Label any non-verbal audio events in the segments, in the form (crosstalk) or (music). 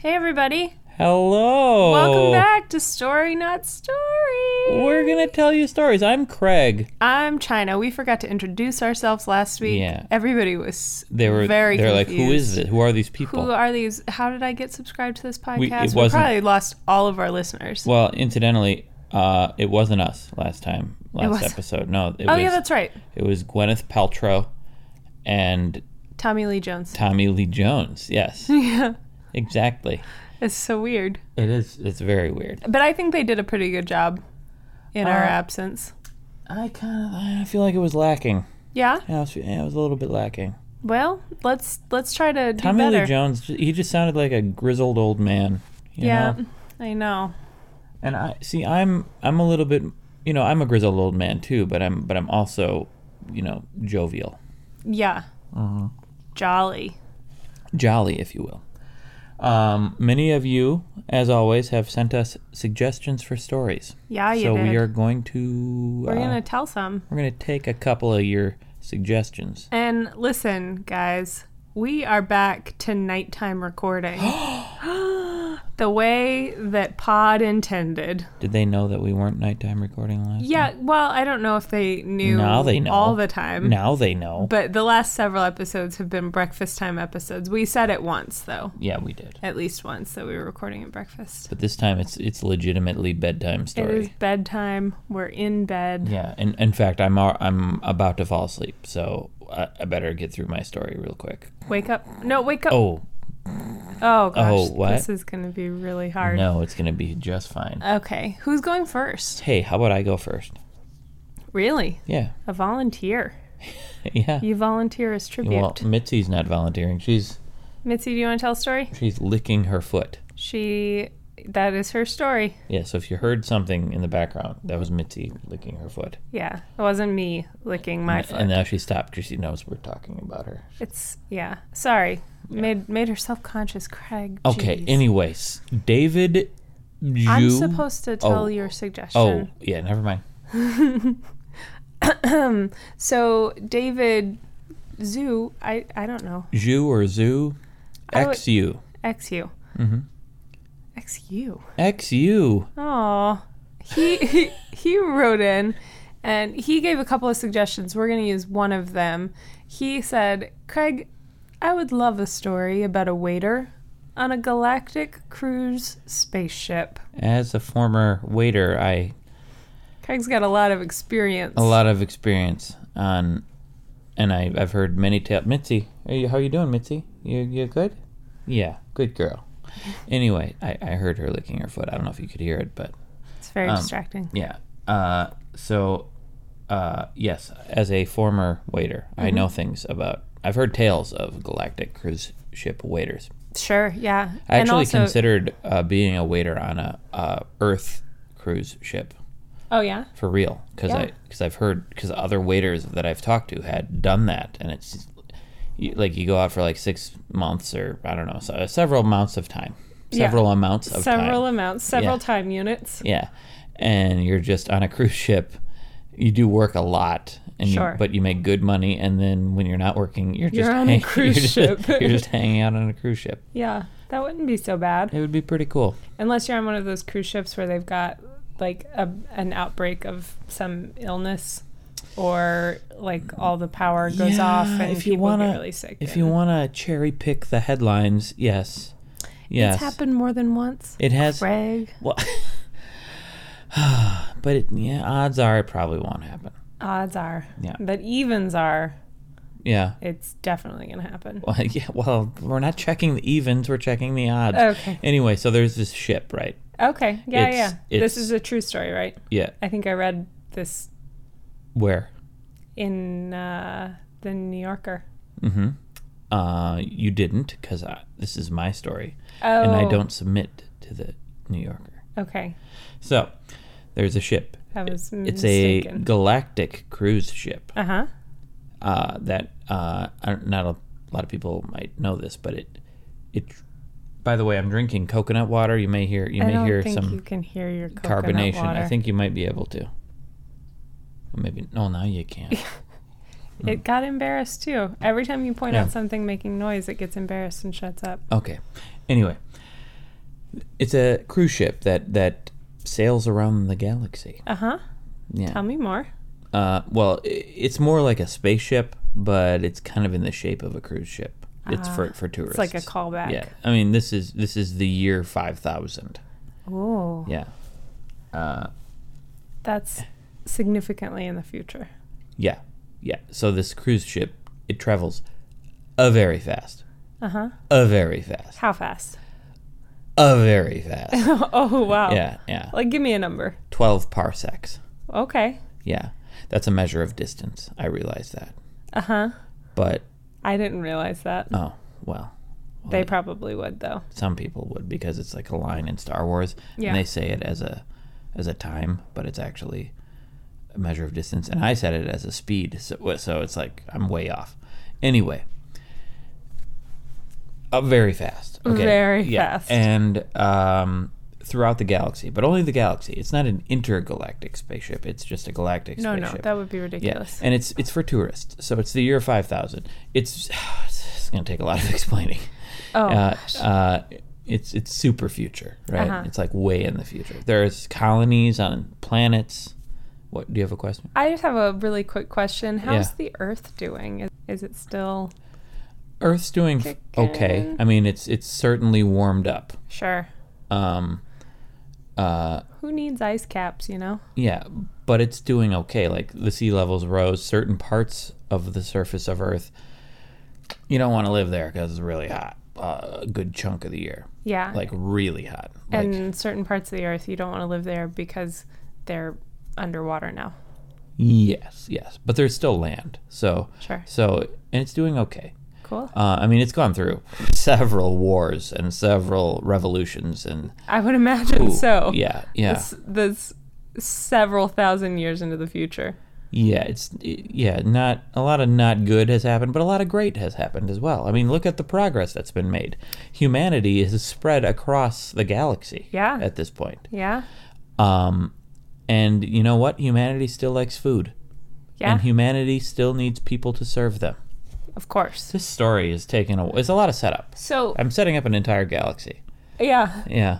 Hey, everybody. Hello. Welcome back to Story Not Story. Oh. We're going to tell you stories. I'm Craig. I'm China. We forgot to introduce ourselves last week. Yeah. Everybody was They were very they're like, confused. who is this? Who are these people? Who are these? How did I get subscribed to this podcast? We- it we wasn't- probably lost all of our listeners. well, incidentally, uh, it wasn't us last time, last wasn't. episode. No, it oh, was yeah, that's right. it was Gwyneth Paltrow and Tommy Lee Jones. Tommy Lee Jones. Yes. Yeah. exactly. (laughs) It's so weird. It is it's very weird. But I think they did a pretty good job in our Uh, absence. I kind of I feel like it was lacking. Yeah. Yeah, I was, yeah, it was a little bit lacking. Well, let's let's try to do Tommy better. Lee Jones, he just sounded like a grizzled old man. You yeah. Know? I know. And I see I'm I'm a little bit you know, I'm a grizzled old man too, but I'm but I'm also, you know, jovial. Yeah. Uh-huh. Jolly. Jolly, if you will. Um, many of you, as always, have sent us suggestions for stories. Yeah, you so did. we are going to We're uh, gonna tell some. we're gonna take a couple of your suggestions. And listen, guys, we are back to nighttime (gasps) recording. (gasps) the way that Pod intended. Did they know that we weren't nighttime recording last Yeah, well, I don't know if they knew Now they know. all the time. Now they know. But the last several episodes have been breakfast time episodes. We said it once though. yeah, we did. At least once that we were recording at breakfast. But this time it's it's legitimately bedtime It story. is bedtime. We're in bed. Yeah, and in fact, I'm al- I'm about to fall asleep, so I, I better get through my story real quick. Wake up. No, wake up. Oh Oh, gosh. Oh, what? This is going to be really hard. no, it's gonna be just fine. Okay. Who's going first? Hey, how about I go first? Really? Yeah, (laughs) A volunteer. yeah. You volunteer as tribute. Well, Mitzi's not volunteering. She's Mitzi, do you want to tell a story? she's licking her foot. She. That is her story. Yeah, so if you heard something in the background, that was Mitzi licking her foot. Yeah. It wasn't me licking my foot. And now she stopped because she knows we're talking about her. It's. Yeah. Sorry. Made made her self conscious, Craig. Okay, Jeez. anyways, David Ju. I'm supposed to tell Oh. your suggestion. Oh, yeah, never mind. So, David Zoo, I, I don't know. Ju or Zoo? Oh, XU. XU. Mm-hmm. XU. XU. Oh, he, he he wrote in, and he gave a couple of suggestions. We're going to use one of them. He said, "Craig, I would love a story about a waiter on a galactic cruise spaceship." As a former waiter, I Craig's got a lot of experience. a lot of experience on, and I, I've heard many tales. Mitzi, are you, how you doing, Mitzi? You you good? Yeah, good girl. Anyway, I, I heard her licking her foot. I don't know if you could hear it, but It's Um, very distracting. yeah. Uh, so, uh, yes, as a former waiter, Mm-hmm. I know things about. I've heard tales of galactic cruise ship waiters. Sure, yeah. I actually and also, considered uh, being a waiter on a uh, Earth cruise ship. oh yeah, for real because Yeah. I because I've heard because other waiters that I've talked to had done that and it's just- you, like you go out for like six months or I don't know so, several amounts of time Yeah. several amounts of several time amounts, several Yeah. time units. yeah and you're just on a cruise ship you do work a lot and Sure. you, but you make good money and then when you're not working you're just You're on a hang- (laughs) cruise you're just- ship. you're just hanging out on a cruise ship Yeah, that wouldn't be so bad. it would be pretty cool Unless you're on one of those cruise ships where they've got like a, an outbreak of some illness or like all the power goes Yeah, off and if you people wanna- get really sick. if you and- want to cherry pick the headlines yes yes It's happened more than once. it has Greg, Well, (sighs) but it, yeah, odds are it probably won't happen. odds are. Yeah. But evens are, Yeah. it's definitely going to happen. Well, (laughs) yeah. Well, we're not checking the evens; we're checking the odds. Okay. Anyway, so there's this ship, right? Okay. Yeah, It's- yeah. it's- This is a true story, right? Yeah. I think I read this Where? in uh, the New Yorker. Mm-hmm. Uh, you didn't, because this is my story, Oh. and I don't submit to the New Yorker. Okay. So, there's a ship. I was It's a mistaken. galactic cruise ship. Uh huh. uh, that uh, I don't- not a lot of people might know this, but it it. By the way, I'm drinking coconut water. You may hear you I may don't hear think some you can hear your coconut carbonation. Water. I think you might be able to. Or Maybe no, now you can't. (laughs) It got embarrassed too. Every time you point Mm. Yeah. out something making noise, it gets embarrassed and shuts up. okay, anyway, It's a cruise ship that that sails around the galaxy. Uh huh. Yeah. Tell me more. Uh, well, i- it's more like a spaceship, but it's kind of in the shape of a cruise ship. It's for for tourists. Ah, It's like a callback. Yeah, I mean this is this is the year five thousand. Oh, Yeah, that's significantly in the future. yeah, yeah. So this cruise ship it travels a very fast, Uh huh. a very fast, How fast? (laughs) a very fast. oh (laughs) wow. yeah, yeah. Like, give me a number. Twelve parsecs. Okay. Yeah, that's a measure of distance. I realize that, Uh huh. but I didn't realize that. oh well. They probably would though. some people would because it's like a line in Star Wars, Yeah. and they say it as a as a time, but it's actually a measure of distance. And I said it as a speed, so so it's like I'm way off. Anyway, up very fast. Okay, Very fast. and um, throughout the galaxy, but only the galaxy. It's not an intergalactic spaceship. It's just a galactic No, spaceship. no, that would be Yeah, (laughs) ridiculous. and it's it's for tourists, so it's the year five thousand. It's (sighs) it's going to take a lot of (laughs) explaining. Oh, uh, uh, it's it's super future, right? Uh-huh. It's like way in the future. There's colonies on planets. What do you have a question? I just have a really quick question. How's Yeah. the Earth doing? Is, is it still Earth's doing f- okay. Kicking. I mean, it's it's certainly warmed up. sure? Um, uh, Who needs ice caps? You know. yeah, but it's doing okay. Like the sea levels rose. Certain parts of the surface of Earth, you don't want to live there because it's really hot. Uh, a good chunk of the year, Yeah. like really hot. Like, and certain parts of the Earth, you don't want to live there because they're underwater now. Yes, yes, but there's still land. So Sure. So and it's doing okay. Cool. Uh, I mean, it's gone through several wars and several revolutions and I would imagine Ooh, so. yeah, yeah, This, this several thousand years into the future. yeah. It's yeah, not a lot of not good has happened, but a lot of great has happened as well. I mean, look at the progress that's been made. Humanity has spread across the galaxy. Yeah. at this point, Yeah. um, and you know what? Humanity still likes food, Yeah. and humanity still needs people to serve them. of course. This story is taking a. It's a lot of setup. So I'm setting up an entire galaxy. yeah. Yeah.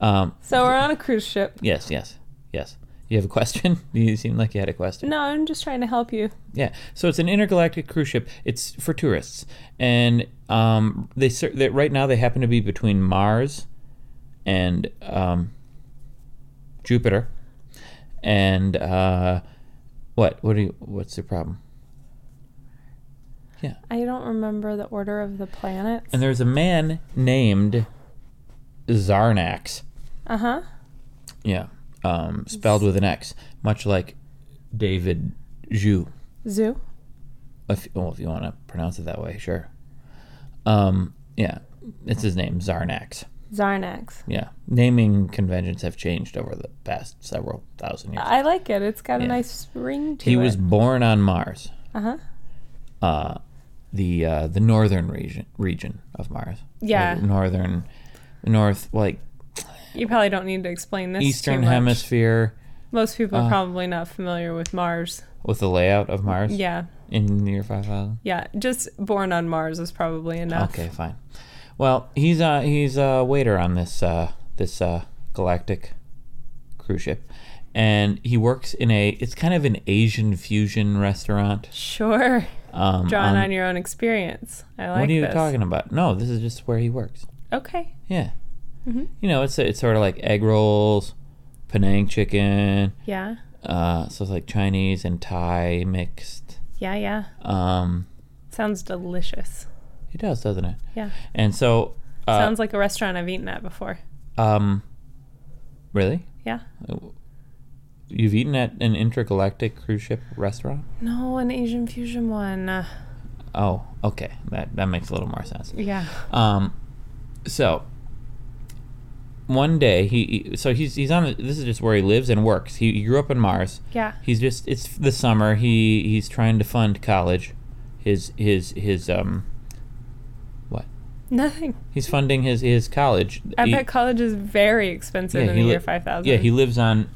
Um, So we're on a cruise ship. Yes, yes, yes. You have a question? (laughs) You seem like you had a question. No, I'm just trying to help you. Yeah. So it's an intergalactic cruise ship. It's for tourists, and um, they, ser- they right now they happen to be between Mars and um, Jupiter. And uh, what? What do you? What's the problem? Yeah. I don't remember the order of the planets. And there's a man named Zarnax. Uh huh. Yeah. Um, spelled with an X, much like David Zhu. Zoo. If, well, if you want to pronounce it that way, sure. Um, yeah, it's his name, Zarnax. Zarnax. Yeah, naming conventions have changed over the past several thousand years. I like it. It's got a Yeah. nice ring to he it. was born on Mars, Uh huh. uh, the uh, the northern region region of Mars. Yeah. The northern, north like You probably don't need to explain this. eastern too much. hemisphere Uh. Most people are probably not familiar with Mars. with the layout of Mars Yeah. in the year five thousand. Yeah. Just born on Mars is probably enough. Okay, fine. Well, he's uh he's a waiter on this uh this uh galactic cruise ship. And he works in a it's kind of an Asian fusion restaurant. Sure. Um Drawing on- on your own experience. I like What are you this. talking about? No, this is just where he works. Okay. Yeah. Mm-hmm. You know, it's it's sort of like egg rolls, Penang chicken, Yeah. uh so it's like Chinese and Thai mixed. Yeah. Yeah. Um Sounds delicious. it does, doesn't it? Yeah. And so uh, Sounds like a restaurant I've eaten at before. um really? Yeah. You've eaten at an intergalactic cruise ship restaurant? No, an Asian fusion one. Uh, Oh, okay. That that makes a little more sense. yeah. Um, so one day he he- so he's he's on the- this is just where he lives and works. He, he grew up in Mars. Yeah. He's just it's the summer. He he's trying to fund college. His his his um what? Nothing. He's funding his his college. I He- bet college is very expensive in the li- year 5000. Yeah, (laughs) he lives on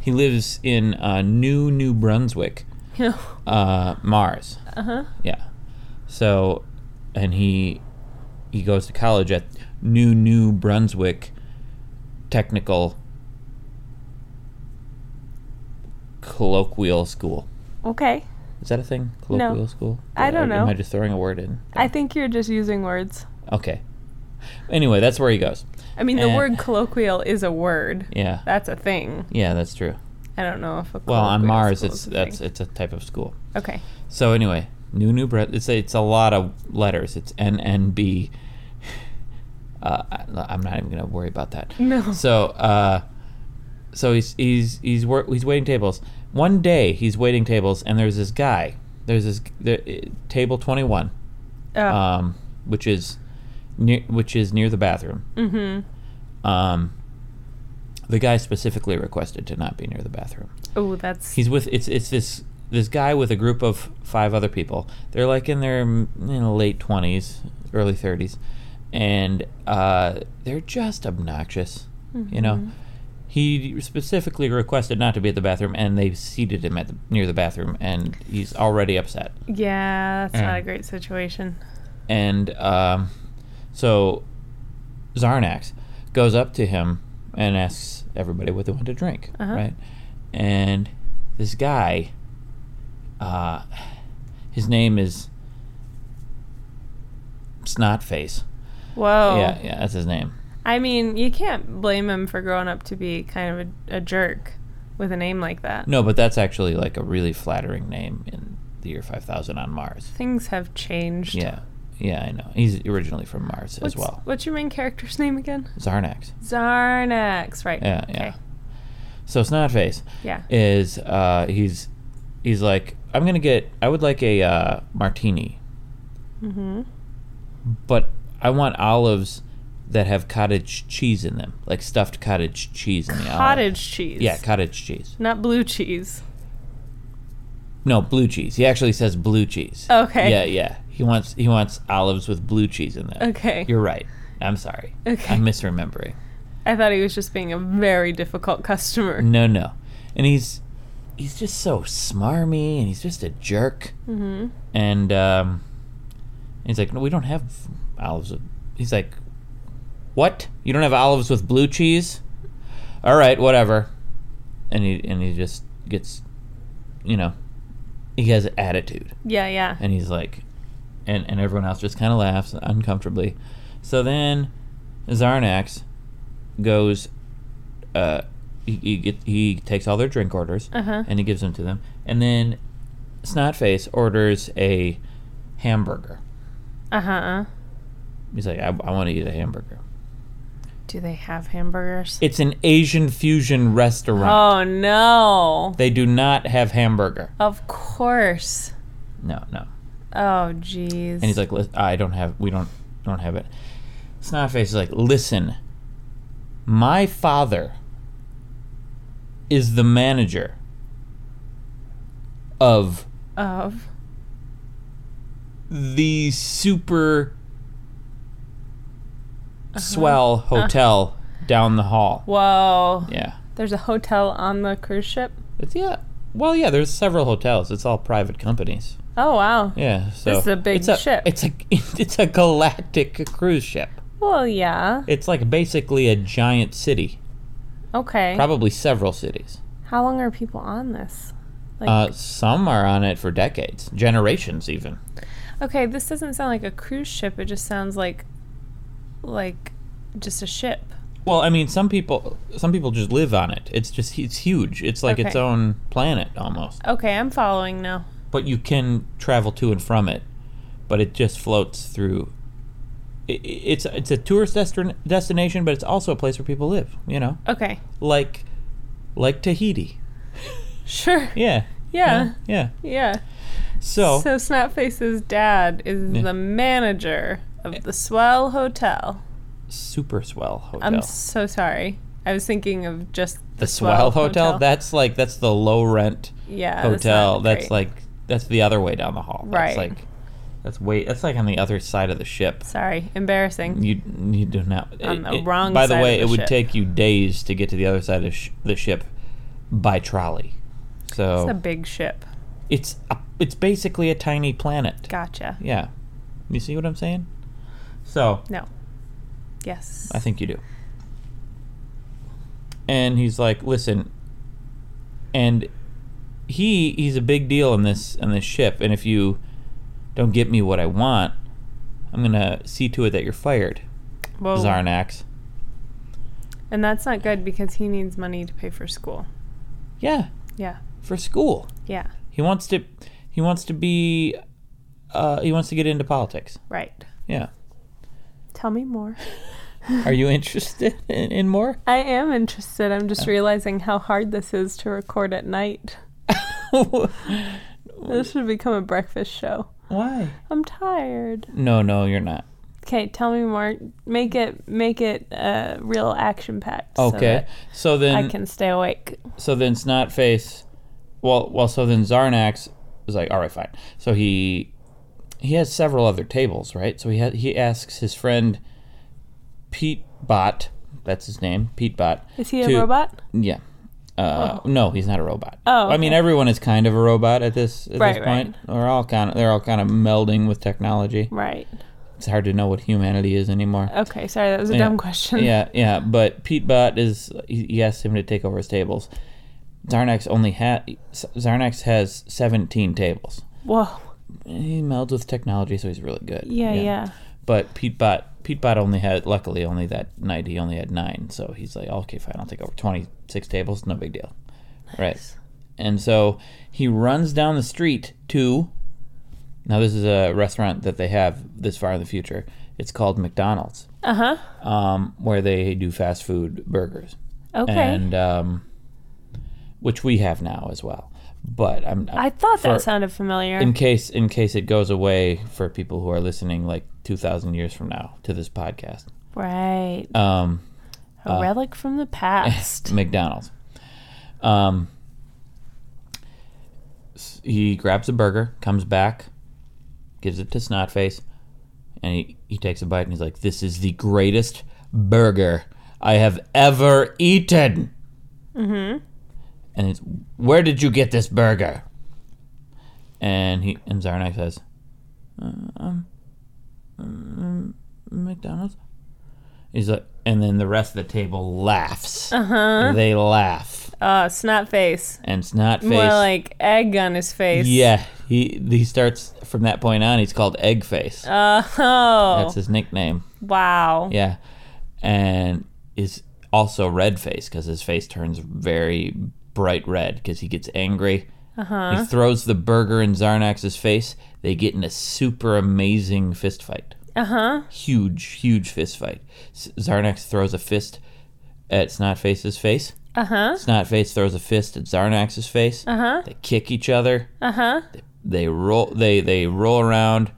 he lives in uh, New New Brunswick. uh uh, Mars. huh. Yeah. So, and he he goes to college at new New Brunswick technical colloquial school. Okay. Is that a thing? Colloquial school? I don't Or know. Am I just throwing a word in? I think you're just using words. Okay. Anyway, that's where he goes. I mean, the Eh. word colloquial is a word. Yeah. That's a thing. Yeah, that's true. I don't know if a Well, on colloquial Mars, school it's is a that's thing. it's a type of school. Okay. So anyway, new New Brun. It's a, it's a lot of letters. It's NNB. (laughs) Uh, I, I'm not even gonna worry about that. No. So uh, so he's he's he's wor- he's waiting tables. One day he's waiting tables, and there's this guy. There's this there, eh, table 21, Uh, um, which is near which is near the bathroom. mm-hmm. Um, the guy specifically requested to not be near the bathroom. Oh, that's He's with it's it's this this guy with a group of five other people. They're like in their mm, you know, late twenties, early thirties, and uh, they're just obnoxious. You know, Mhm. he specifically requested not to be at the bathroom, and they seated him at the, near the bathroom, and he's already upset. yeah. That's not Yeah. a great situation. And um, so Zarnax goes up to him and asks everybody what they want to drink, Uh-huh. right? And this guy, uh, his name is Snotface. Whoa. Yeah, yeah, that's his name. I mean, you can't blame him for growing up to be kind of a, a jerk with a name like that. No, but that's actually like a really flattering name in the year 5000 on Mars. Things have changed. Yeah, yeah, I know. He's originally from Mars What's, as well. What's your main character's name again? Zarnax. Zarnax, right? Yeah, yeah. So Snotface. Yeah. is uh, he's he's like I'm gonna get I would like a uh, martini, Mm-hmm. but I want olives that have cottage cheese in them, like stuffed cottage cheese in the olive. Cottage cheese. uh, Yeah, cottage cheese. Not blue cheese. No, blue cheese. He actually says blue cheese. Okay. Yeah, yeah. He wants he wants olives with blue cheese in them. Okay. You're right. I'm sorry. Okay. I'm misremembering. I thought he was just being a very difficult customer. No, no. And he's he's just so smarmy and he's just a jerk. Mm-hmm. and um, he's like, "No, we don't have olives." with-" He's like, "What? You don't have olives with blue cheese?" All right, whatever. And he and he just gets, you know, he has attitude, Yeah, yeah. and he's like, and and everyone else just kind of laughs uncomfortably. So then, Zarnax goes, uh, he he, get, he takes all their drink orders Uh huh. and he gives them to them. And then Snotface orders a hamburger. Uh huh. He's like, I, I want to eat a hamburger. Do they have hamburgers? It's an Asian fusion restaurant. Oh no. They do not have hamburger. of course. No, no. Oh jeez. And he's like, "Lis- I don't have, we don't, don't have it. Snotface is like, listen, my father is the manager of of the super Uh-huh. swell hotel down the hall. whoa. Yeah. There's a hotel on the cruise ship. It's yeah. Well, yeah, there's several hotels. It's all private companies. Oh wow. Yeah, so This is a big it's a, ship. It's a (laughs) it's a galactic cruise ship. Well, yeah. It's like basically a giant city, Okay. probably several cities. How long are people on this? Like, Uh, some are on it for decades, generations even. okay, this doesn't sound like a cruise ship. It just sounds like, like, just a ship. Well, I mean, some people some people just live on it. It's just it's huge. It's like its Okay. own planet almost. Okay, I'm following now. but you can travel to and from it but it just floats through I- i- it's it's a tourist destin- destination but it's also a place where people live you know Okay, (laughs) like like tahiti sure. yeah Yeah, yeah yeah. so, Uh, so Snapface's dad is Yeah. the manager of the Swell Hotel. super swell hotel I'm so sorry. I was thinking of just the swell hotel? that's like that's the low rent yeah that's hotel not that's, great. like that's the other way down the hall Right. that's like that's way that's like on the other side of the ship sorry embarrassing. You you do not On the it- wrong By side the of way, the it would ship. take you days to get to the other side of sh- the ship by trolley. It's a So big ship. it's a, it's basically a tiny planet. Gotcha. Yeah, you see what I'm saying? So No. Yes. I think you do. And he's like, listen, and he he's a big deal in this on this ship, and if you don't get me what I want, I'm gonna see to it that you're fired, Whoa. Zarnax. And that's not good because he needs money to pay for school. Yeah, Yeah. for school. Yeah. He wants to he wants to be uh, he wants to get into politics. Right. Yeah. Tell me more. Are you interested in, in more? (laughs) I am interested. I'm just realizing how hard this is to record at night. Mm. This should become a breakfast show. Why? I'm tired. No, no, you're not. Okay, tell me more. Make it make it uh, real action packed. Okay. So, I then can stay awake. so then Snotface well well so then Zarnax is like, all right, fine. So he he has several other tables, right? So he ha- he asks his friend Pete Bot, that's his name, Pete Bot. Is he a to- robot? Yeah. Uh, No, he's not a robot. Oh, I mean, everyone is kind of a robot at this at Right, this point. They're all kind of they're all kind of melding with technology. Right. It's hard to know what humanity is anymore. Okay, sorry, that was a Yeah. dumb question. yeah, yeah. But Pete Bot is he, he asks him to take over his tables. Zarnax only ha Zarnax has seventeen tables. (laughs) Whoa. He melds with technology, so he's really good. Yeah, yeah. But Pete Bot Pete Bot only had luckily only that night he only had nine, so he's like, okay, fine, I'll take over twenty six tables, no big deal, right? And so he runs down the street to. Now this is a restaurant that they have this far in the future. It's called McDonald's, Uh huh. um, where they do fast food burgers, Okay. and um, which we have now as well. But I'm I thought that for- sounded familiar. in case in case it goes away for people who are listening like 2000 years from now to this podcast right. um A relic from the (laughs) past. mcdonald's um s- he grabs a burger comes back gives it to snotface and he, he takes a bite and he's like this is the greatest burger i have ever eaten mm-hmm and it's where did you get this burger and he and zarnak says "Uh, um, McDonald's. He's like, and then the rest of the table laughs. Uh-huh. They laugh, uh, snap face. and Snotface. More like egg on his face. yeah, he he starts from that point on. He's called Eggface. (laughs) Oh. That's his nickname. wow. Yeah, and is also red face because his face turns very bright red because he gets angry. Uh-huh. He throws the burger in Zarnax's face. They get in a super amazing fist fight. Uh Uh-huh. huh. huge, huge fist fight. S- Zarnax throws a fist at Snotface's face. Uh huh. Snotface throws a fist at Zarnax's face. Uh-huh. They kick each other. Uh huh. They roll. They they roll around.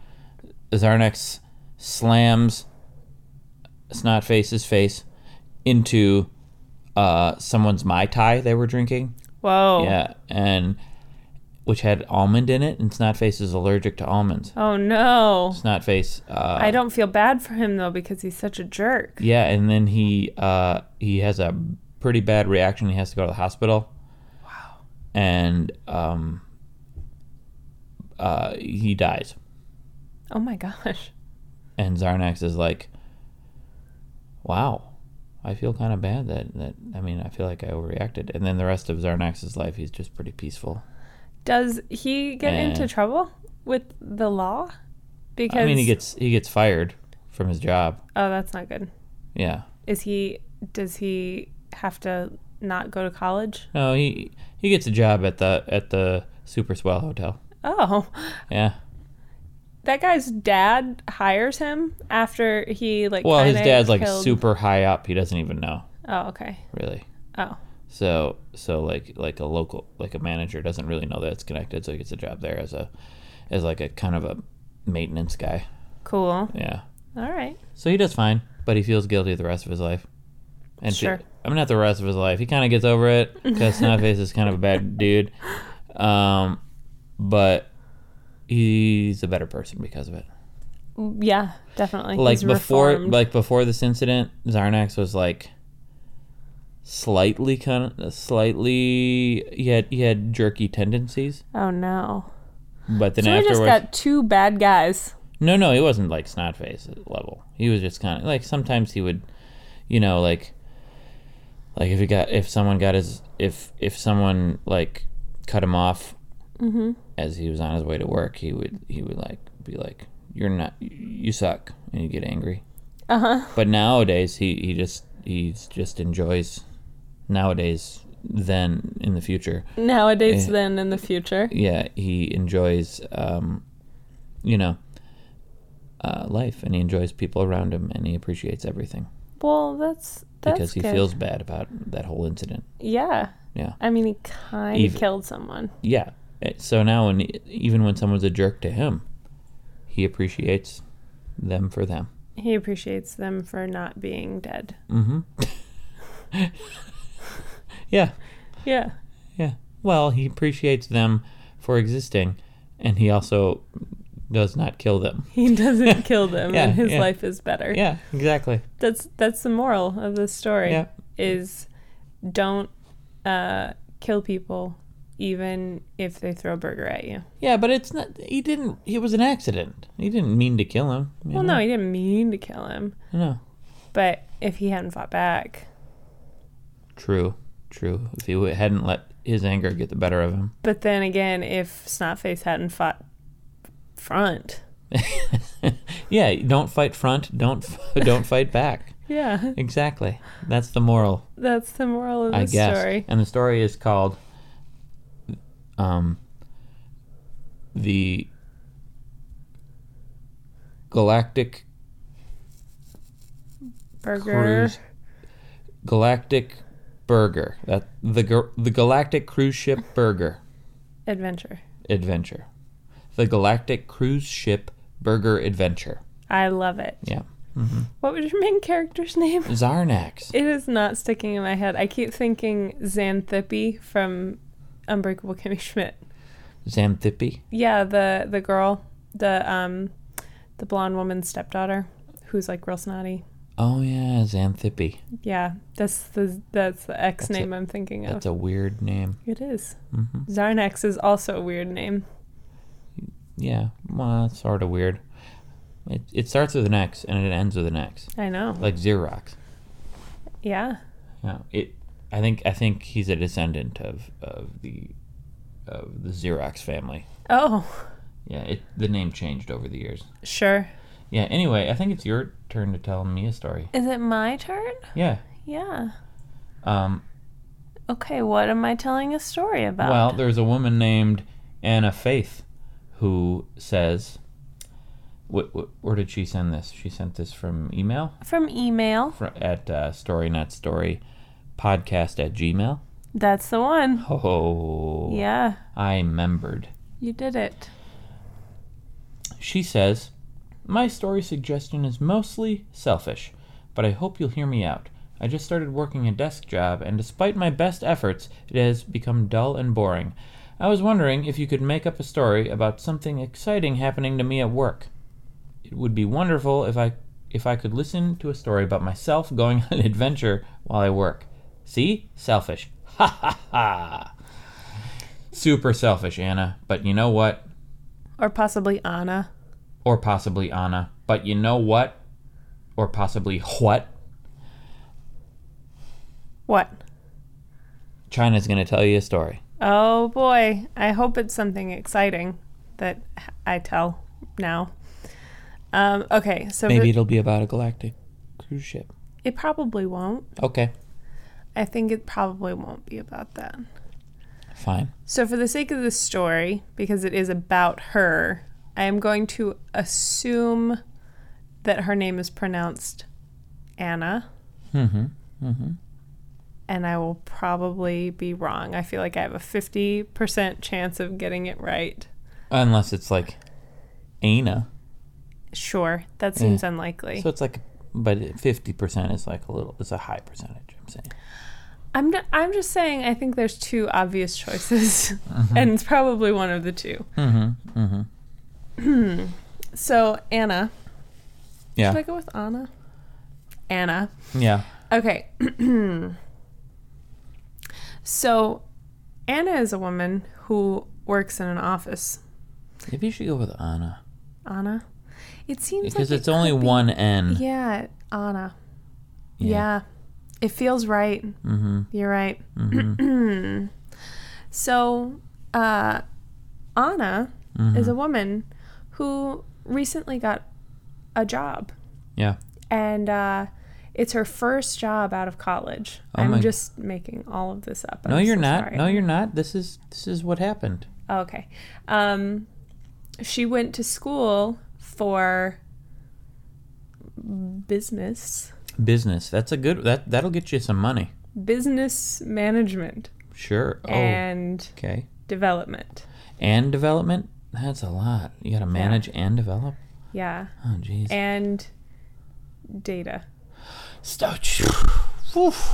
Zarnax slams Snotface's face into uh, someone's mai tai they were drinking. Whoa. Yeah, and which had almond in it, and Snotface is allergic to almonds. Oh no. Snotface uh, I don't feel bad for him though because he's such a jerk. Yeah, and then he uh, he has a pretty bad reaction. He has to go to the hospital. Wow. And um, uh, he dies. Oh my gosh. And Zarnax is like, "Wow, I feel kind of bad that that I mean I feel like I overreacted." And then the rest of Zarnax's life, he's just pretty peaceful. Does he get Eh. into trouble with the law? Because I mean, he gets he gets fired from his job. Oh, that's not good. Yeah. Is he does he have to not go to college? No, he he gets a job at the at the Super Swell Hotel. Oh. Yeah. That guy's dad hires him after he like Well, his kinda dad's like killed- super high up. He doesn't even know. Oh, okay. really. Oh. So so like like a local like a manager doesn't really know that it's connected, so he gets a job there as a as like a kind of a maintenance guy. Cool. Yeah. All right. So he does fine, but he feels guilty the rest of his life. And fe- Sure. I mean, not the rest of his life. He kind of gets over it (laughs) because Snotface is kind of a bad dude, um, but he's a better person because of it. Yeah, definitely. like He's before reformed. like before this incident zarnax was like slightly kind of slightly he had he had jerky tendencies Oh no. but then So we just afterwards got two bad guys. No, no, he wasn't like snot face level. He was just kind of like sometimes he would, you know, like, like if he got if someone got his if if someone like cut him off Mm-hmm. as he was on his way to work, he would he would like be like, "You're not, you suck," and he'd get angry. Uh huh. But nowadays, he he just he's just enjoys nowadays. Then in the future, Nowadays, Eh. then in the future. yeah, he enjoys, um, you know, uh, life, and he enjoys people around him, and he appreciates everything Well, that's that's because he good. feels bad about that whole incident. Yeah. Yeah, I mean, he kind of Even- killed someone. yeah. Eh, So now, when even when someone's a jerk to him, he appreciates them for them. He appreciates them for not being dead. Mm-hmm. yeah, Yeah. yeah. Well, he appreciates them for existing, and he also does not kill them. (laughs) He doesn't kill them, Yeah, and his yeah. life is better. Yeah, exactly. That's that's the moral of the story. Yeah. Is don't uh, kill people, even if they throw a burger at you. Yeah, but it's not. He didn't. It was an accident. He didn't mean to kill him. you Well, know? no, he didn't mean to kill him, No. but if he hadn't fought back, True. True. If he w- hadn't let his anger get the better of him, (laughs) but then again, if Snotface hadn't fought front, yeah. Don't fight front. Don't f- (laughs) don't fight back. yeah, Exactly. That's the moral, (laughs) that's the moral of the I guess. story. And the story is called, um, the Galactic Burger. cruise galactic burger that the gr- the galactic cruise ship burger Adventure. adventure the galactic cruise ship burger adventure I love it. yeah What was your main character's (laughs) name? zarnax It is not sticking in my head. I keep thinking Xanthippe from Unbreakable Kimmy Schmidt. xanthippe Yeah, the the girl, the um, the blonde woman's stepdaughter, who's like real snotty. oh yeah xanthippe Yeah, that's the that's the ex That's name i I'm thinking of. that's a weird name It is. hmm Zarnax is also a weird name. yeah well that's sort of weird it, it starts with an x and it ends with an x I know. like xerox Yeah. yeah it i think i think he's a descendant of of the of the xerox family Oh, Yeah, it, the name changed over the years. sure. Yeah, anyway, I think it's your turn to tell me a story. Is it my turn? Yeah. Yeah. Um, Okay, what am I telling a story about? well, there's a woman named Anna Faith who says, wh- wh- where did she send this? She sent this from email from email. fr- at uh, story not story podcast at gmail. That's the one. Oh, Yeah, I remembered. you did it. She says, My story suggestion is mostly selfish, but I hope you'll hear me out. I just started working a desk job, and despite my best efforts, it has become dull and boring. I was wondering if you could make up a story about something exciting happening to me at work. It would be wonderful if I if I could listen to a story about myself going (laughs) on an adventure while I work. See? Selfish. Ha ha ha. Super selfish, Anna, but you know what? Or possibly Anna. or possibly Anna. But you know what? Or possibly what? What? China's going to tell you a story. Oh boy, I hope it's something exciting that h- I tell now. Um, okay, so Maybe the- it'll be about a galactic cruise ship. it probably won't. Okay, I think it probably won't be about that. fine. So, for the sake of this story, because it is about her, I am going to assume that her name is pronounced Anna, Mm-hmm. and I will probably be wrong. I feel like I have a 50% chance of getting it right. Unless it's like Ana. Sure, that seems unlikely. So it's like, but 50% is like a little, it's a high percentage, I'm saying. I'm, not, I'm just saying, I think there's two obvious choices, and it's probably one of the 2 Mm-hmm. Mm-hmm. (clears throat) So, Anna. Yeah. Should I go with Anna? Anna. yeah. Okay. (clears throat) so, Anna is a woman who works in an office. Maybe you should go with Anna. Anna? It seems because like it's it only could be- one N. Yeah, Anna. Yeah. It feels right. Mm-hmm. You're right. (clears throat) so, uh, Anna Mm-hmm. is a woman who recently got a job, Yeah. and uh, it's her first job out of college. Oh I'm my- just making all of this up. No, I'm you're so not. sorry. Oh, No, you're not. This is this is what happened. Okay. Um, she went to school for business, Business. That's a good. That that'll get you some money. business management, Sure. Oh. and okay. development. And development. That's a lot. You got to manage and develop. Yeah. Oh, jeez. And data. Stouch.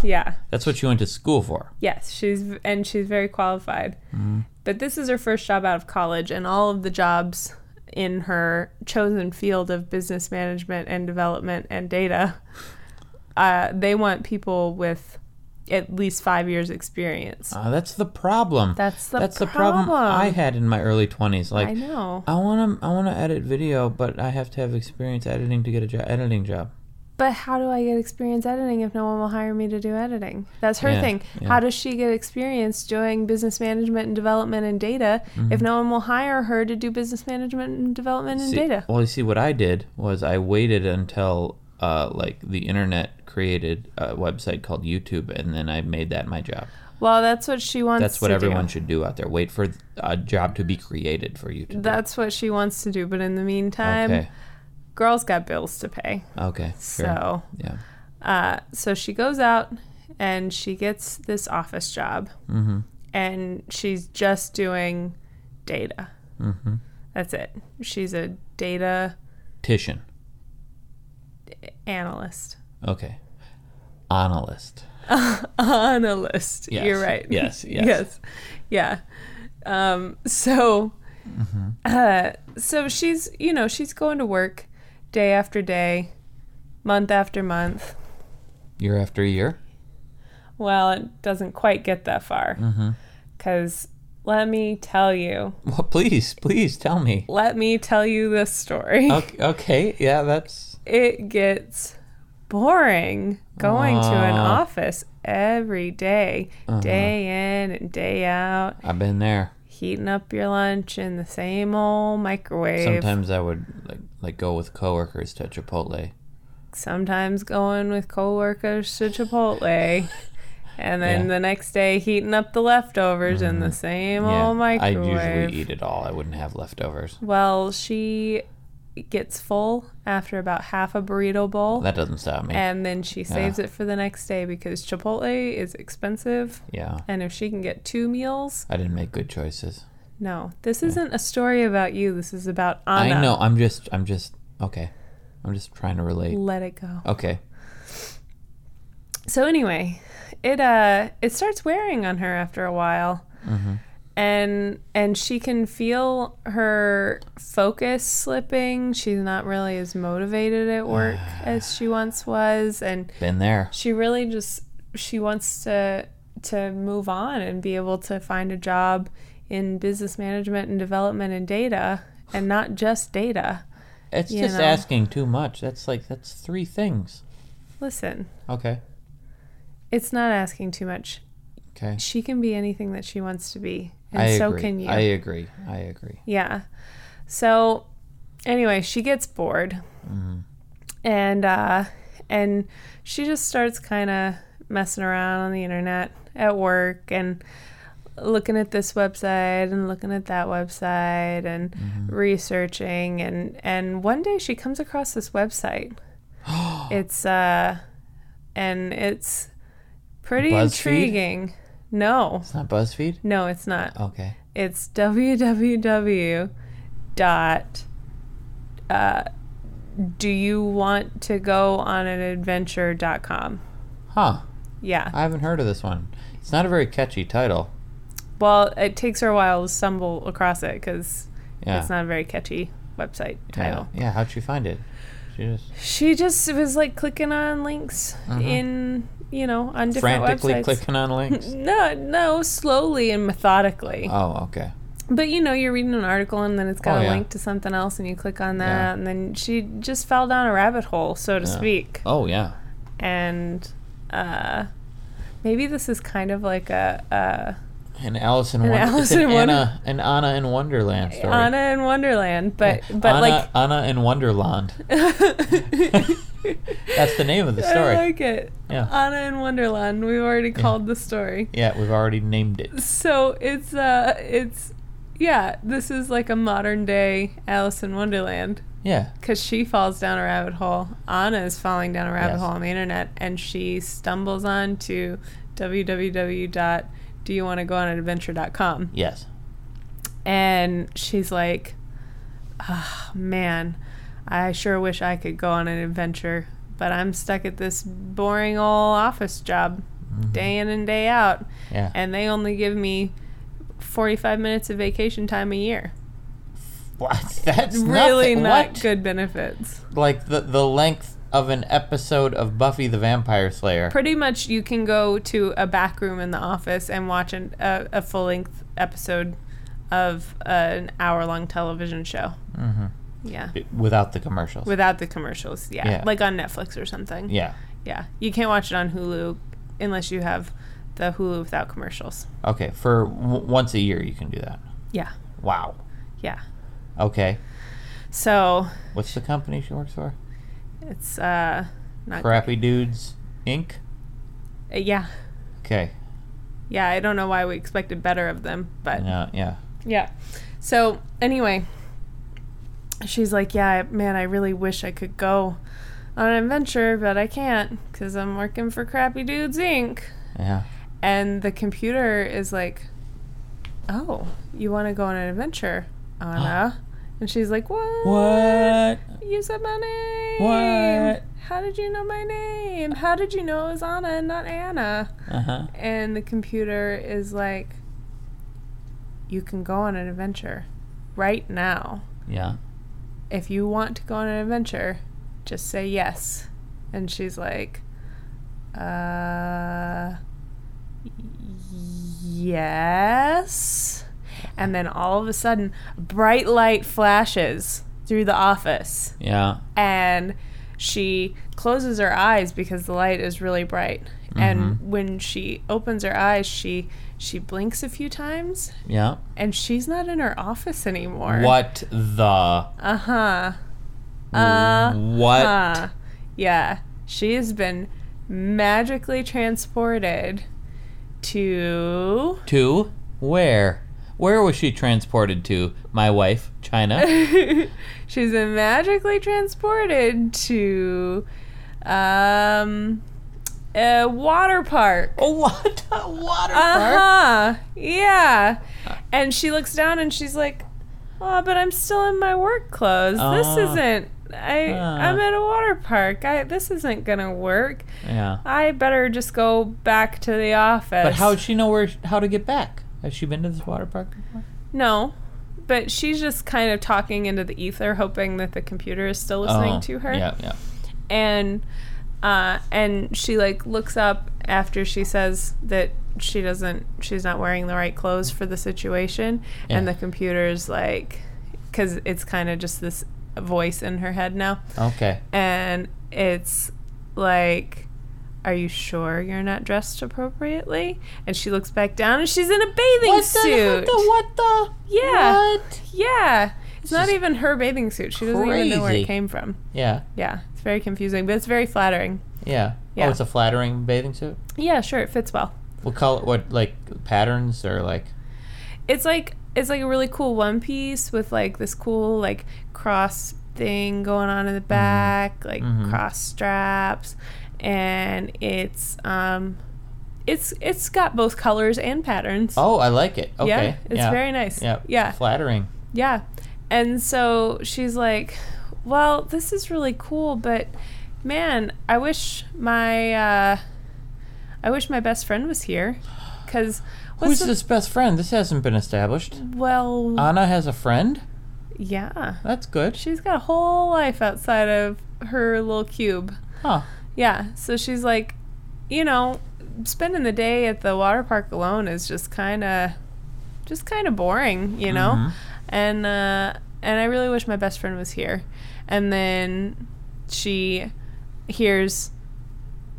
Yeah. That's what you went to school for. Yes, she's v- and she's very qualified. Mm-hmm. But this is her first job out of college and all of the jobs in her chosen field of business management and development and data uh, they want people with at least 5 years experience. Uh, that's the problem. That's the that's the problem problem. I had in my early twenties. Like, I know. I want to I want to edit video, but I have to have experience editing to get a job, editing job. But how do I get experience editing if no one will hire me to do editing? That's her Yeah, thing. yeah. How does she get experience doing business management and development and data if no one will hire her to do business management and development and Mm-hmm. See- data? Well, you see, what I did was I waited until uh, like the internet created a website called YouTube, and then I made that my job. Well, that's what she wants That's what to everyone do. should do out there. Wait for a job to be created for you to do. That's what she wants to do. But in the meantime, Okay. girls got bills to pay. Okay. Sure. So, Yeah. uh, so she goes out and she gets this office job. Mm-hmm. And she's just doing data. Mm-hmm. That's it. She's a data Titian. analyst. Okay. Analyst. Analyst. Yes. You're right. (laughs) Yes, yes. Yeah. Um, so, Mm-hmm. uh, so she's you know she's going to work day after day, month after month. Year after year. Well, it doesn't quite get that far, Mm-hmm. because let me tell you, Well, please, please tell me. let me tell you this story. Okay. okay. Yeah. That's. It gets boring going to an Aw. office every day, Uh-huh. day in and day out. I've been there. heating up your lunch in the same old microwave. Sometimes, Sometimes I would like like go with coworkers to Chipotle. going with coworkers to Chipotle. And then Yeah. Mm-hmm. the next day, heating up the leftovers in the same old microwave. I usually eat it all. I wouldn't have leftovers. Well, she gets full after about half a burrito bowl, That doesn't stop me. and then she saves it for the next day because Chipotle is expensive. yeah. And if she can get two meals, I didn't make good choices. no. This isn't a story about you. This is about Anna. I know. I'm just I'm just okay. I'm just trying to relate. Let it go. Okay. So anyway, it uh it starts wearing on her after a while. Mm-hmm. And and she can feel her focus slipping. She's not really as motivated at (sighs) work as she once was and Been there. she really just she wants to to move on and be able to find a job in business management and development and data and not just data. It's You just know. asking too much. That's like that's three things. Listen, Okay. it's not asking too much. Okay. She can be anything that she wants to be. And I so agree. can you. I agree. I agree. Yeah. So anyway, she gets bored. And uh and she just starts kind of messing around on the internet at work and looking at this website and looking at that website and researching and and one day she comes across this website. it's uh and it's pretty BuzzFeed? intriguing. No. It's not BuzzFeed. No, it's not. Okay. It's www dot. Uh, do you want to go on an adventure dot com? Huh. Yeah. I haven't heard of this one. It's not a very catchy title. Well, it takes her a while to stumble across it because Yeah. it's not a very catchy website Yeah. title. Yeah. How'd she find it? She just She just was like clicking on links in, you know, on different Mm-hmm. (laughs) frantically websites. clicking on links. No, no, slowly and methodically. Oh, okay. But you know, you're reading an article and then it's got Oh, a yeah. link to something else, and you click on that, Yeah. and then she just fell down a rabbit hole, so to Yeah. speak. Oh yeah. And uh, maybe this is kind of like a, And Alice in And Wonderland. Alice an in Wonder- Anna and Anna in Wonderland a story. Anna in Wonderland, but but Anna, like (laughs) Anna in Wonderland. (laughs) That's that's the name of the (laughs) story. I like it. Yeah. Anna in Wonderland. We've already called the story. Yeah, we've already named it. So it's uh it's yeah, this is like a modern day Alice in Wonderland Yeah. cuz she falls down a rabbit hole. Anna is falling down a rabbit Yes. hole on the internet and she stumbles on to www.doyouwannagoonanadventure.com Yes. and she's like, oh, man, I sure wish I could go on an adventure, but I'm stuck at this boring old office job Mm-hmm. day in and day out, Yeah. and they only give me 45 minutes of vacation time a year. what? (laughs) That's Really nothing. not What? good benefits. Like the the length of an episode of Buffy the Vampire Slayer. Pretty much, you can go to a back room in the office and watch an, a, a full length episode of an hour long television show. mm-hmm. Yeah. Without the commercials. Without the commercials, yeah. Yeah. Like on Netflix or something. yeah. Yeah. You can't watch it on Hulu unless you have the Hulu without commercials. Okay. For w- once a year, you can do that. Yeah. Wow. Yeah. Okay. So What's the company she works for? it's uh not Crappy Dudes Inc. uh, yeah. Okay. Yeah, I don't know why we expected better of them, but No, uh, yeah. yeah. So anyway, she's like, "Yeah, I- man, I really wish I could go on an adventure, but I can't cuz I'm working for Crappy Dudes Inc." Yeah. And the computer is like, "Oh, you want to go on an adventure, Anna?" and she's like, "What? What? You said my name. What? How did you know my name? How did you know it was Anna and not Anna?" Uh huh. And the computer is like, "You can go on an adventure right now. Yeah. If you want to go on an adventure, just say yes." And she's like, "Uh, yes." And then all of a sudden, a bright light flashes through the office Yeah. and she closes her eyes because the light is really bright. And when she opens her eyes, she she blinks a few times, Yeah. and she's not in her office anymore. What the? Uh huh. Uh what? huh. Yeah, she has been magically transported to (laughs) To where? Where was she transported to? My wife, (laughs) China. she's been magically transported to um a water park. oh, what? (laughs) A water Uh huh. Yeah. And she looks down and she's like, "Oh, but I'm still in my work clothes. Ah. this isn't. I Ah. I'm at a water park. I this isn't gonna work. Yeah. I better just go back to the office." But how would she know where how to get back? Has she been to this water park before? No. But she's just kind of talking into the ether, hoping that the computer is still listening Oh, to her. Yeah, yeah. and uh, and she like looks up after she says that she doesn't she's not wearing the right clothes for the situation and Yeah. the computer's like because it's kind of just this voice in her head now Okay. and it's like are you sure you're not dressed appropriately and she looks back down and she's in a bathing suit what the? Yeah. What? yeah it's not is even her bathing suit she doesn't even know where it crazy. came from Yeah, yeah it's very confusing but it's very flattering yeah. Yeah. Oh, it's a flattering bathing suit. Yeah, sure, it fits well. What color? What like patterns or like? It's like it's like a really cool one piece with like this cool like cross thing going on Mm-hmm. in the back, like Mhm. cross straps, and it's um, it's it's got both colors and patterns. Oh, I like it. Okay. Yeah, it's yeah. very nice. Yeah. yeah. Flattering. Yeah. And so she's like, "Well, this is really cool, but man, I wish my uh, I wish my best friend was here, because Who's this best friend? This hasn't been established. Mm. Well, Anna has a friend. yeah. That's good. She's got a whole life outside of her little cube. Huh. Yeah. So she's like, you know, spending the day at the water park alone is just kind of just kind of boring, you know. And uh, and I really wish my best friend was here. And then she hears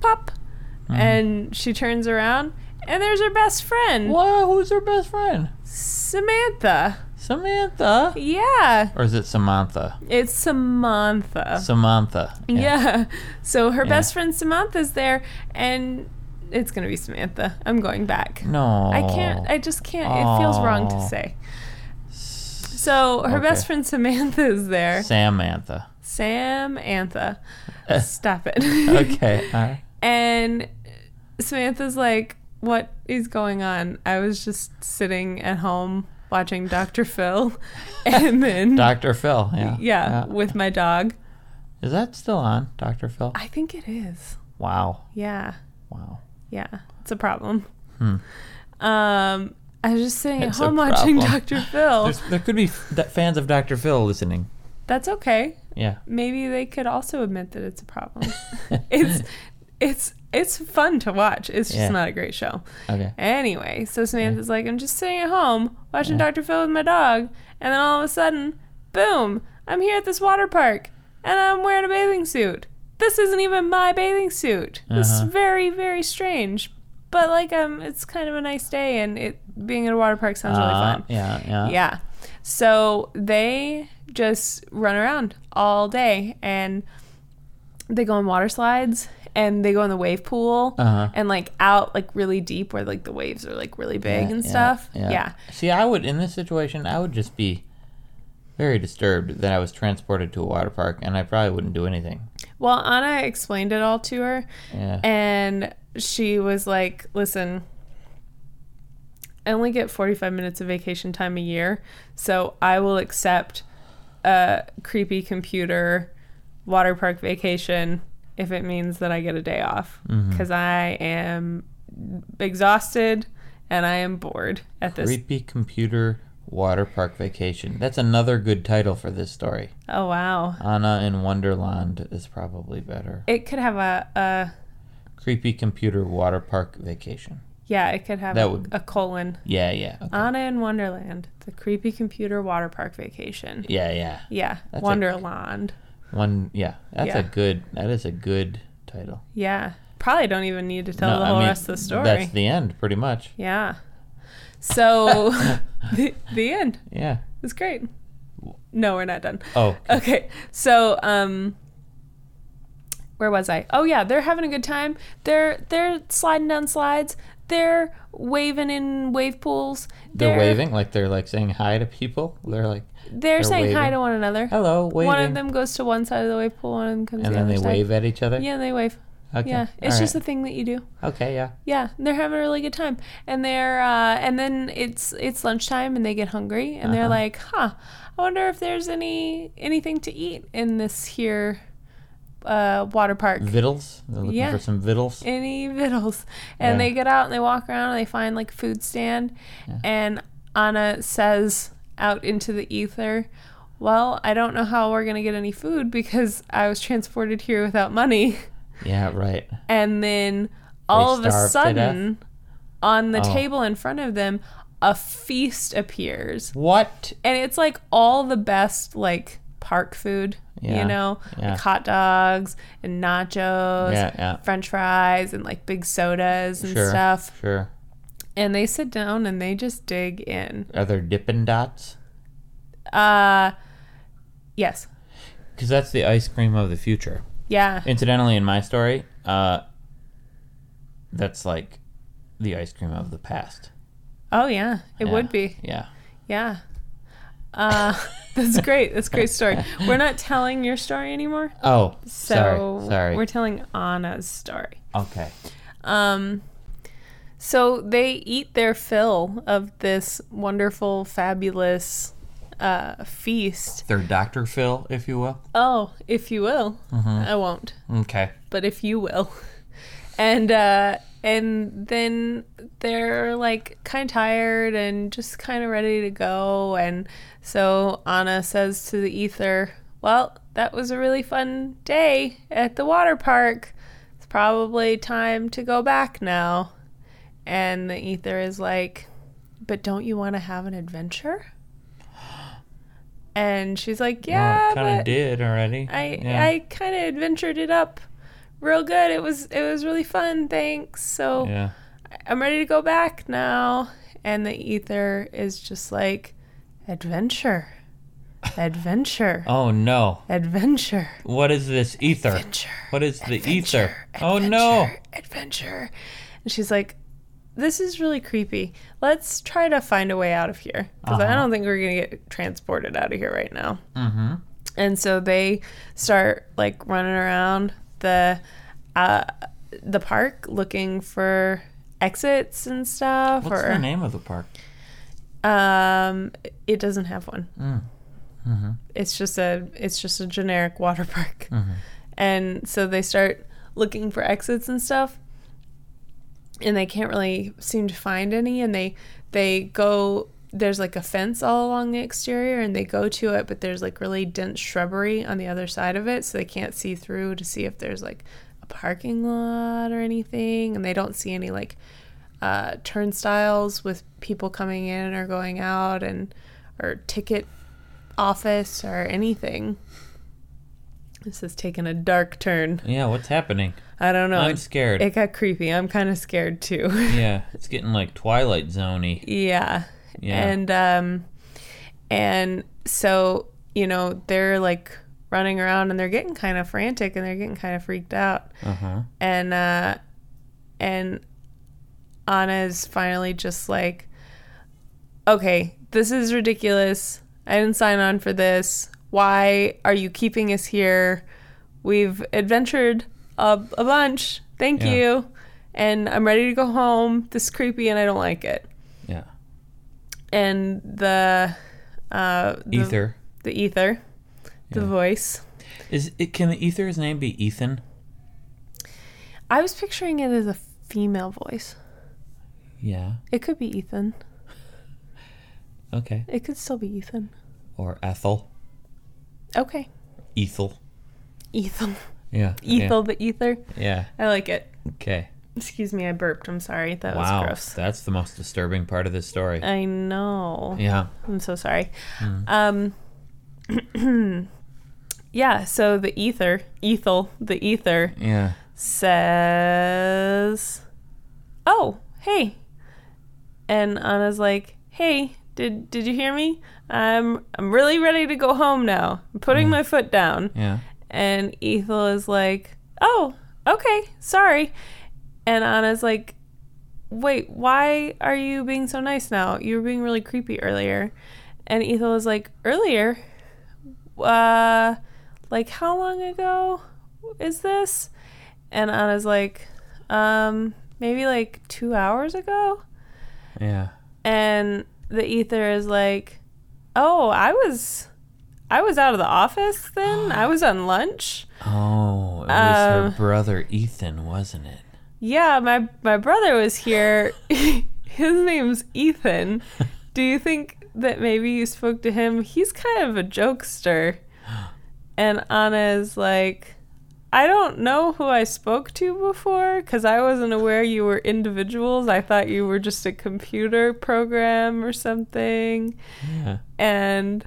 pop, Mm. Mm-hmm. and she turns around, and there's her best friend, Whoa, who's her best friend? Samantha. Samantha. Yeah, Or is it Samantha? it's Samantha. Samantha. Uh, Yeah. So her best friend Samantha's there, and it's gonna be Samantha. I'm going back. No. I can't. I just can't. It feels wrong to Aw. say. So her Okay. best friend Samantha is there. Samantha. (laughs) Samantha. Stop it. (laughs) Okay. uh. all right. And Samantha's like, "What is going on? I was just sitting at home watching Dr. (laughs) Phil, and then Dr. Phil. Yeah. yeah, with my dog. Is that still on, Dr. Phil? I think it is. Wow. Yeah." Wow. Yeah, it's a problem. Um, I was just sitting Hmm. It's a at home watching problem. (laughs) Dr. Phil. There's, there could be f- that fans of Dr. Phil listening. That's okay. Yeah. Maybe they could also admit that it's a problem. (laughs) it's it's it's fun to watch. It's just Yeah. not a great show. (laughs) Okay. Anyway, so Samantha's like, I'm just sitting at home watching Dr. Phil with my dog, and then all of a sudden, boom! I'm here at this water park, and I'm wearing a bathing suit. This isn't even my bathing suit. This is Uh-huh. very, very strange. But like, um, it's kind of a nice day, and it being at a water park sounds really Uh, fun. yeah, yeah. Yeah. So they just run around all day and they go on water slides and they go in the wave pool Uh-huh. and like out like really deep where like the waves are like really big and yeah, stuff. Yeah. See, I would in this situation, I would just be very disturbed that I was transported to a water park, and I probably wouldn't do anything. Well, Anna explained it all to her Yeah. and she was like, listen, I only get 45 minutes of vacation time a year, so I will accept a creepy computer water park vacation if it means that I get a day off Mm-hmm. because I am exhausted and I am bored at this. Creepy computer water park vacation. That's another good title for this story. Oh, wow. Anna in Wonderland is probably better. It could have a, a Creepy computer water park vacation. yeah, it could have That a, would- a colon. Yeah, yeah, okay. Anna in Wonderland, the creepy computer water park vacation. yeah, yeah. Yeah, That's a- Wonderland. One. Yeah, that's Yeah. a good. That is a good title. Yeah. Probably don't even need to tell No, the I whole mean, rest of the story. That's the end, pretty much. yeah. (laughs) So the, the end Yeah. is great. No, we're not done. Oh. (laughs) Okay. So um where was I? Oh yeah, they're having a good time. They're they're sliding down slides. They're waving in wave pools. They're, waving like they're like saying hi to people. They're like, They're, saying hi waving. to one another. "Hello," waving, One of them goes to one side of the wave pool, one of them comes to and the then other they side. wave at each other. Yeah, they wave. Okay. Yeah, it's All just right. a thing that you do. okay. Yeah. Yeah, and they're having a really good time, and they're uh, and then it's it's lunchtime, and they get hungry, and they're like, "Huh, I wonder if there's any anything to eat in this here uh, water park." Mm-hmm. Vittles. They're looking Yeah. for some vittles. Any vittles? And Yeah. they get out and they walk around and they find like a food stand, and Anna says out into the ether, "Well, I don't know how we're gonna get any food because I was transported here without money." (laughs) Yeah. Right. and then all of a starve to sudden on the Oh. table in front of them a feast appears What? and it's like all the best like park food Yeah, you know yeah. like hot dogs and nachos Yeah, yeah. french fries and like big sodas and Sure. stuff Sure. and they sit down and they just dig in Are there dippin' dots? uh yes Because that's the ice cream of the future. yeah Incidentally, in my story, uh, that's like the ice cream of the past. oh yeah it Yeah. would be Yeah. yeah uh (laughs) that's great that's a great (laughs) story we're not telling your story anymore Oh, So sorry. Sorry. we're telling Anna's story. okay. Um, so they eat their fill of this wonderful, fabulous uh, feast. They're Dr. Phil, if you will. Oh, if you will, Mm-hmm. I won't, Okay. but if you will, (laughs) and uh, and then they're like kind of tired and just kind of ready to go, and so Anna says to the ether, "Well, that was a really fun day at the water park." it's probably time to go back now. And the ether is like, but don't you want to have an adventure? (gasps) And she's like, well, yeah, it kind but of did already. I yeah. I kind of adventured it up real good. It was it was really fun. Thanks. So yeah. I'm ready to go back now. And the ether is just like adventure. (laughs) Adventure. Oh no! Adventure. What is this ether? Adventure. What is the ether? Adventure, Oh no! adventure, Adventure. And she's like, this is really creepy. Let's try to find a way out of here. Because Uh-huh. I don't think we're going to get transported out of here right now. Mm-hmm. and so they start like running around the uh, the park looking for exits and stuff What's or the name of the park? um it doesn't have one it's just a it's just a generic water (laughs) park and so they start looking for exits and stuff and they can't really seem to find any and they they go there's like a fence all along the exterior and they go to it but there's like really dense shrubbery on the other side of it so they can't see through to see if there's like a parking lot or anything and they don't see any like uh, turnstiles with people coming in or going out and or ticket office or anything this has taken a dark turn Yeah. What's happening? i don't know I'm It- scared. Um, it got creepy i'm kind of scared too (laughs) yeah. It's getting like Twilight Zoney. Yeah. Yeah. And um and so, you know, they're like running around and they're getting kind of frantic and they're getting kind of freaked out. Uh huh. And uh and Anna's finally just like okay, this is ridiculous. I didn't sign on for this. Why are you keeping us here? We've adventured a, a bunch. Thank Yeah. you. And I'm ready to go home. This is creepy and I don't like it Yeah. and the uh the Ether. the ether the voice Is it? Can the ether's name be Ethan? i was picturing it as a female voice Yeah. it could be ethan Okay. it could still be ethan Or Ethel. okay Ethel. (laughs) ethan Yeah. ethel the ether Yeah. i like it yeah. Okay. excuse me i burped i'm sorry that Wow. was gross Uh, That's the most disturbing part of this story. i know yeah. Mm. i'm so sorry um (clears throat) yeah so the ether ethel the ether Yeah. says, "Oh, hey," and Anna's like, "Hey, did did you hear me? I'm I'm really ready to go home now. I'm Mm. putting my foot down." Yeah. And Ethel is like, "Oh, okay, sorry," and Anna's like, "Wait, why are you being so nice now? You were being really creepy earlier." And Ethel is like, "Earlier, uh, like how long ago is this?" And Anna's like, um, maybe like two hours ago. Yeah. And the ether is like, oh, I was, I was out of the office then. I was on lunch. Oh, it Um, was her brother Ethan, wasn't it? Yeah, my my brother was here. His name's Ethan. Do you think that maybe you spoke to him? He's kind of a jokester. And Anna is like, I don't know who I spoke to before because I wasn't aware you were individuals. I thought you were just a computer program or something. Yeah. And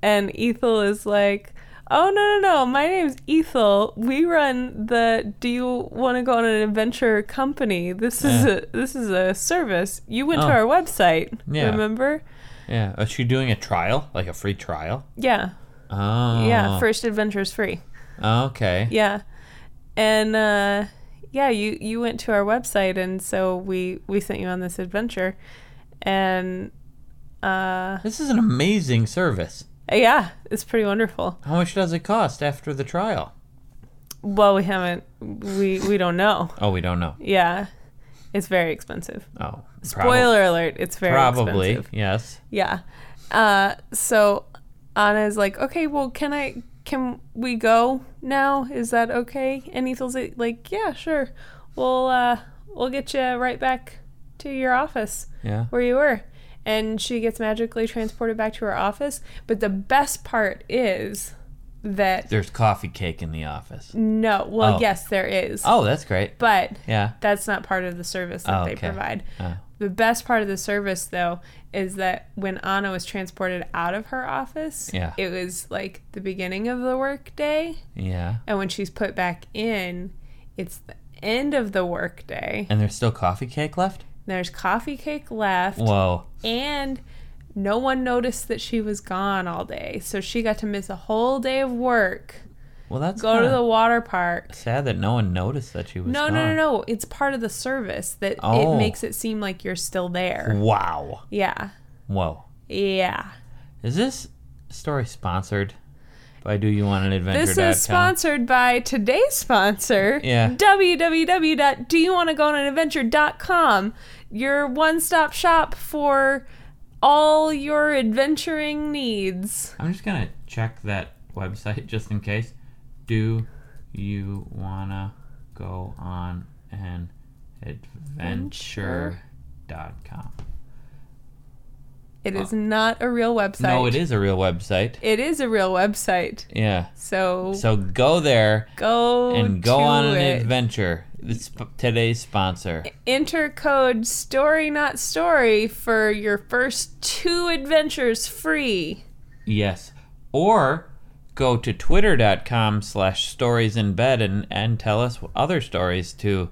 and Ethel is like, "Oh no, no, no! My name's Ethel. We run the Do you want to go on an adventure company? This is Yeah. a this is a service. You went to Oh. our website, Yeah. remember? Yeah. Oh, Is she doing a trial? Like a free trial? Yeah, Oh. yeah. First adventure is free. okay. Yeah, and uh, yeah, you you went to our website, and so we we sent you on this adventure, and uh, This is an amazing service. yeah, it's pretty wonderful. How much does it cost after the trial? Well, we haven't we we don't know. Oh, we don't know. Yeah. It's very expensive. Oh. prob- Spoiler alert, it's very Probably. expensive. Yes. Yeah. Uh, so Anna's like, okay, well, can I, can we go now? Is that okay? And Ethel's like, yeah, sure. We'll, uh, we'll get you right back to your office Yeah. where you were. And she gets magically transported back to her office. But the best part is that There's coffee cake in the office. no, well, Oh. yes, there is, Oh, that's great. but Yeah. that's not part of the service that Oh, they okay. provide. Oh. The best part of the service, though, is that when Anna was transported out of her office, Yeah. it was like the beginning of the workday, Yeah. and when she's put back in, it's the end of the workday. And there's still coffee cake left? There's coffee cake left, Whoa. and no one noticed that she was gone all day, so she got to miss a whole day of work. Well, that's Go to kinda the water park. sad that no one noticed that she was No, gone. no, no, no. It's part of the service that Oh. it makes it seem like you're still there. Wow. Yeah. Whoa. Yeah. Is this story sponsored by Do You Want an Adventure? This is sponsored by today's sponsor, Yeah. www.doyouwantogoonanadventure.com, your one-stop shop for all your adventuring needs. I'm just gonna check that website (laughs) just in case. Do you wanna go on an adventure? Dot com. It is not a real website. Uh, No, it is a real website. It is a real website. Yeah. So, So go there go and go to on an it. adventure. It's sp- today's sponsor. Enter code story not story for your first two adventures free. Yes. Or go to twitter.com slash stories in bed and, and tell us other stories to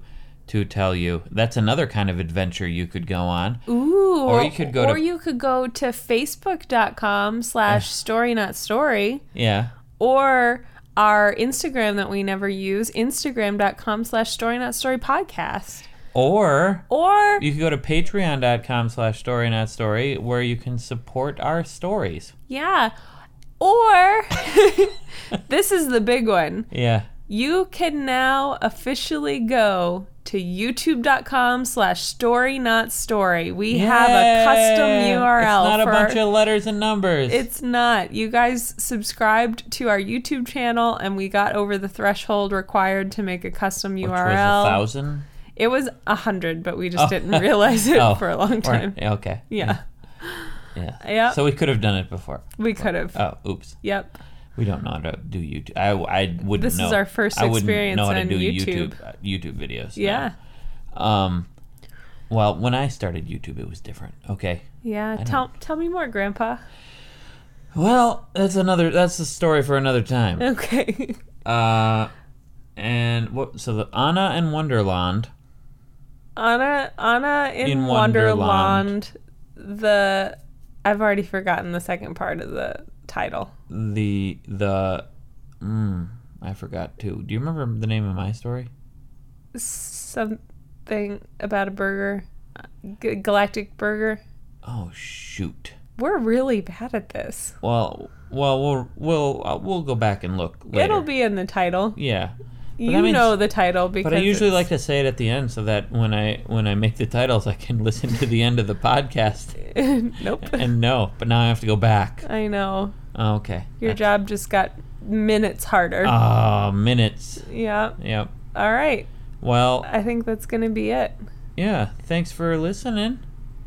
to tell you. That's another kind of adventure you could go on. Ooh, Or you could go or to- you could go to facebook.com (sighs) slash story not story Yeah. or our Instagram that we never use, Instagram.com slash story not story podcast. Or Or you could go to patreon.com slash story not story where you can support our stories. yeah. Or (laughs) this is the big one. Yeah. You can now officially go to youtube.com slash story not story. We have a custom Yeah. URL. It's not for a bunch of letters and numbers. It's not. You guys subscribed to our YouTube channel, and we got over the threshold required to make a custom Which was a URL. thousand. it was a hundred, but we just didn't (laughs) realize it Oh. (laughs) for a long Or- time. okay. yeah. Yeah. Yep. So we could have done it before. we could have. Oh, oops. Yep. We don't know how to do YouTube. I, I wouldn't This is know. our first I wouldn't experience know how to on do YouTube. YouTube, uh, YouTube videos. no. Yeah. Um, well, when I started YouTube, it was different. Okay. Yeah. Tell tell me more, Grandpa. (laughs) Well, that's another. That's a story for another time. Okay. Uh, and what? So the Anna and Wonderland. Anna Anna in, In Wonderland. The I've already forgotten the second part of the title. The the. Mm, I forgot too. Do you remember the name of my story? Something about a burger, G- galactic burger. Oh shoot. We're really bad at this. Well, well, we'll we'll uh, we'll go back and look later. It'll be in the title. yeah. But you that means- know the title because But I usually it's- like to say it at the end so that when I when I make the titles, I can (laughs) listen to the end of the podcast (laughs) nope. and know. But now I have to go back. I know Oh, okay. your job just got minutes harder. Ah, minutes. yeah. Yep. All right. Well, I think that's gonna be it. yeah. Thanks for listening.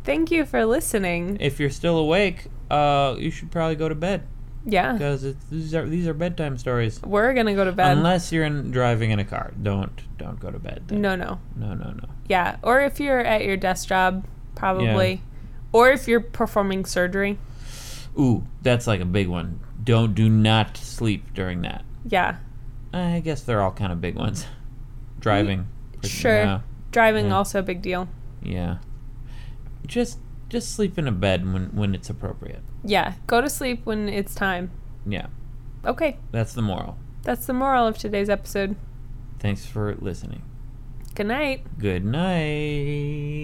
Thank you for listening. If you're still awake, uh, you should probably go to bed Yeah. because these are these are bedtime stories. We're gonna go to bed. Unless you're in, driving in a car, don't don't go to bed. Then. no, no. no, no, no. Yeah. Or if you're at your desk job, probably. Or if you're performing surgery. Ooh, that's like a big one. Don't do not sleep during that. Yeah. I guess they're all kind of big ones. Driving. Sure. Yeah. Driving also a big deal. yeah. Just just sleep in a bed when when it's appropriate. Yeah, go to sleep when it's time. Yeah. Okay, That's the moral. that's the moral of today's episode. Thanks for listening. Good night. Good night.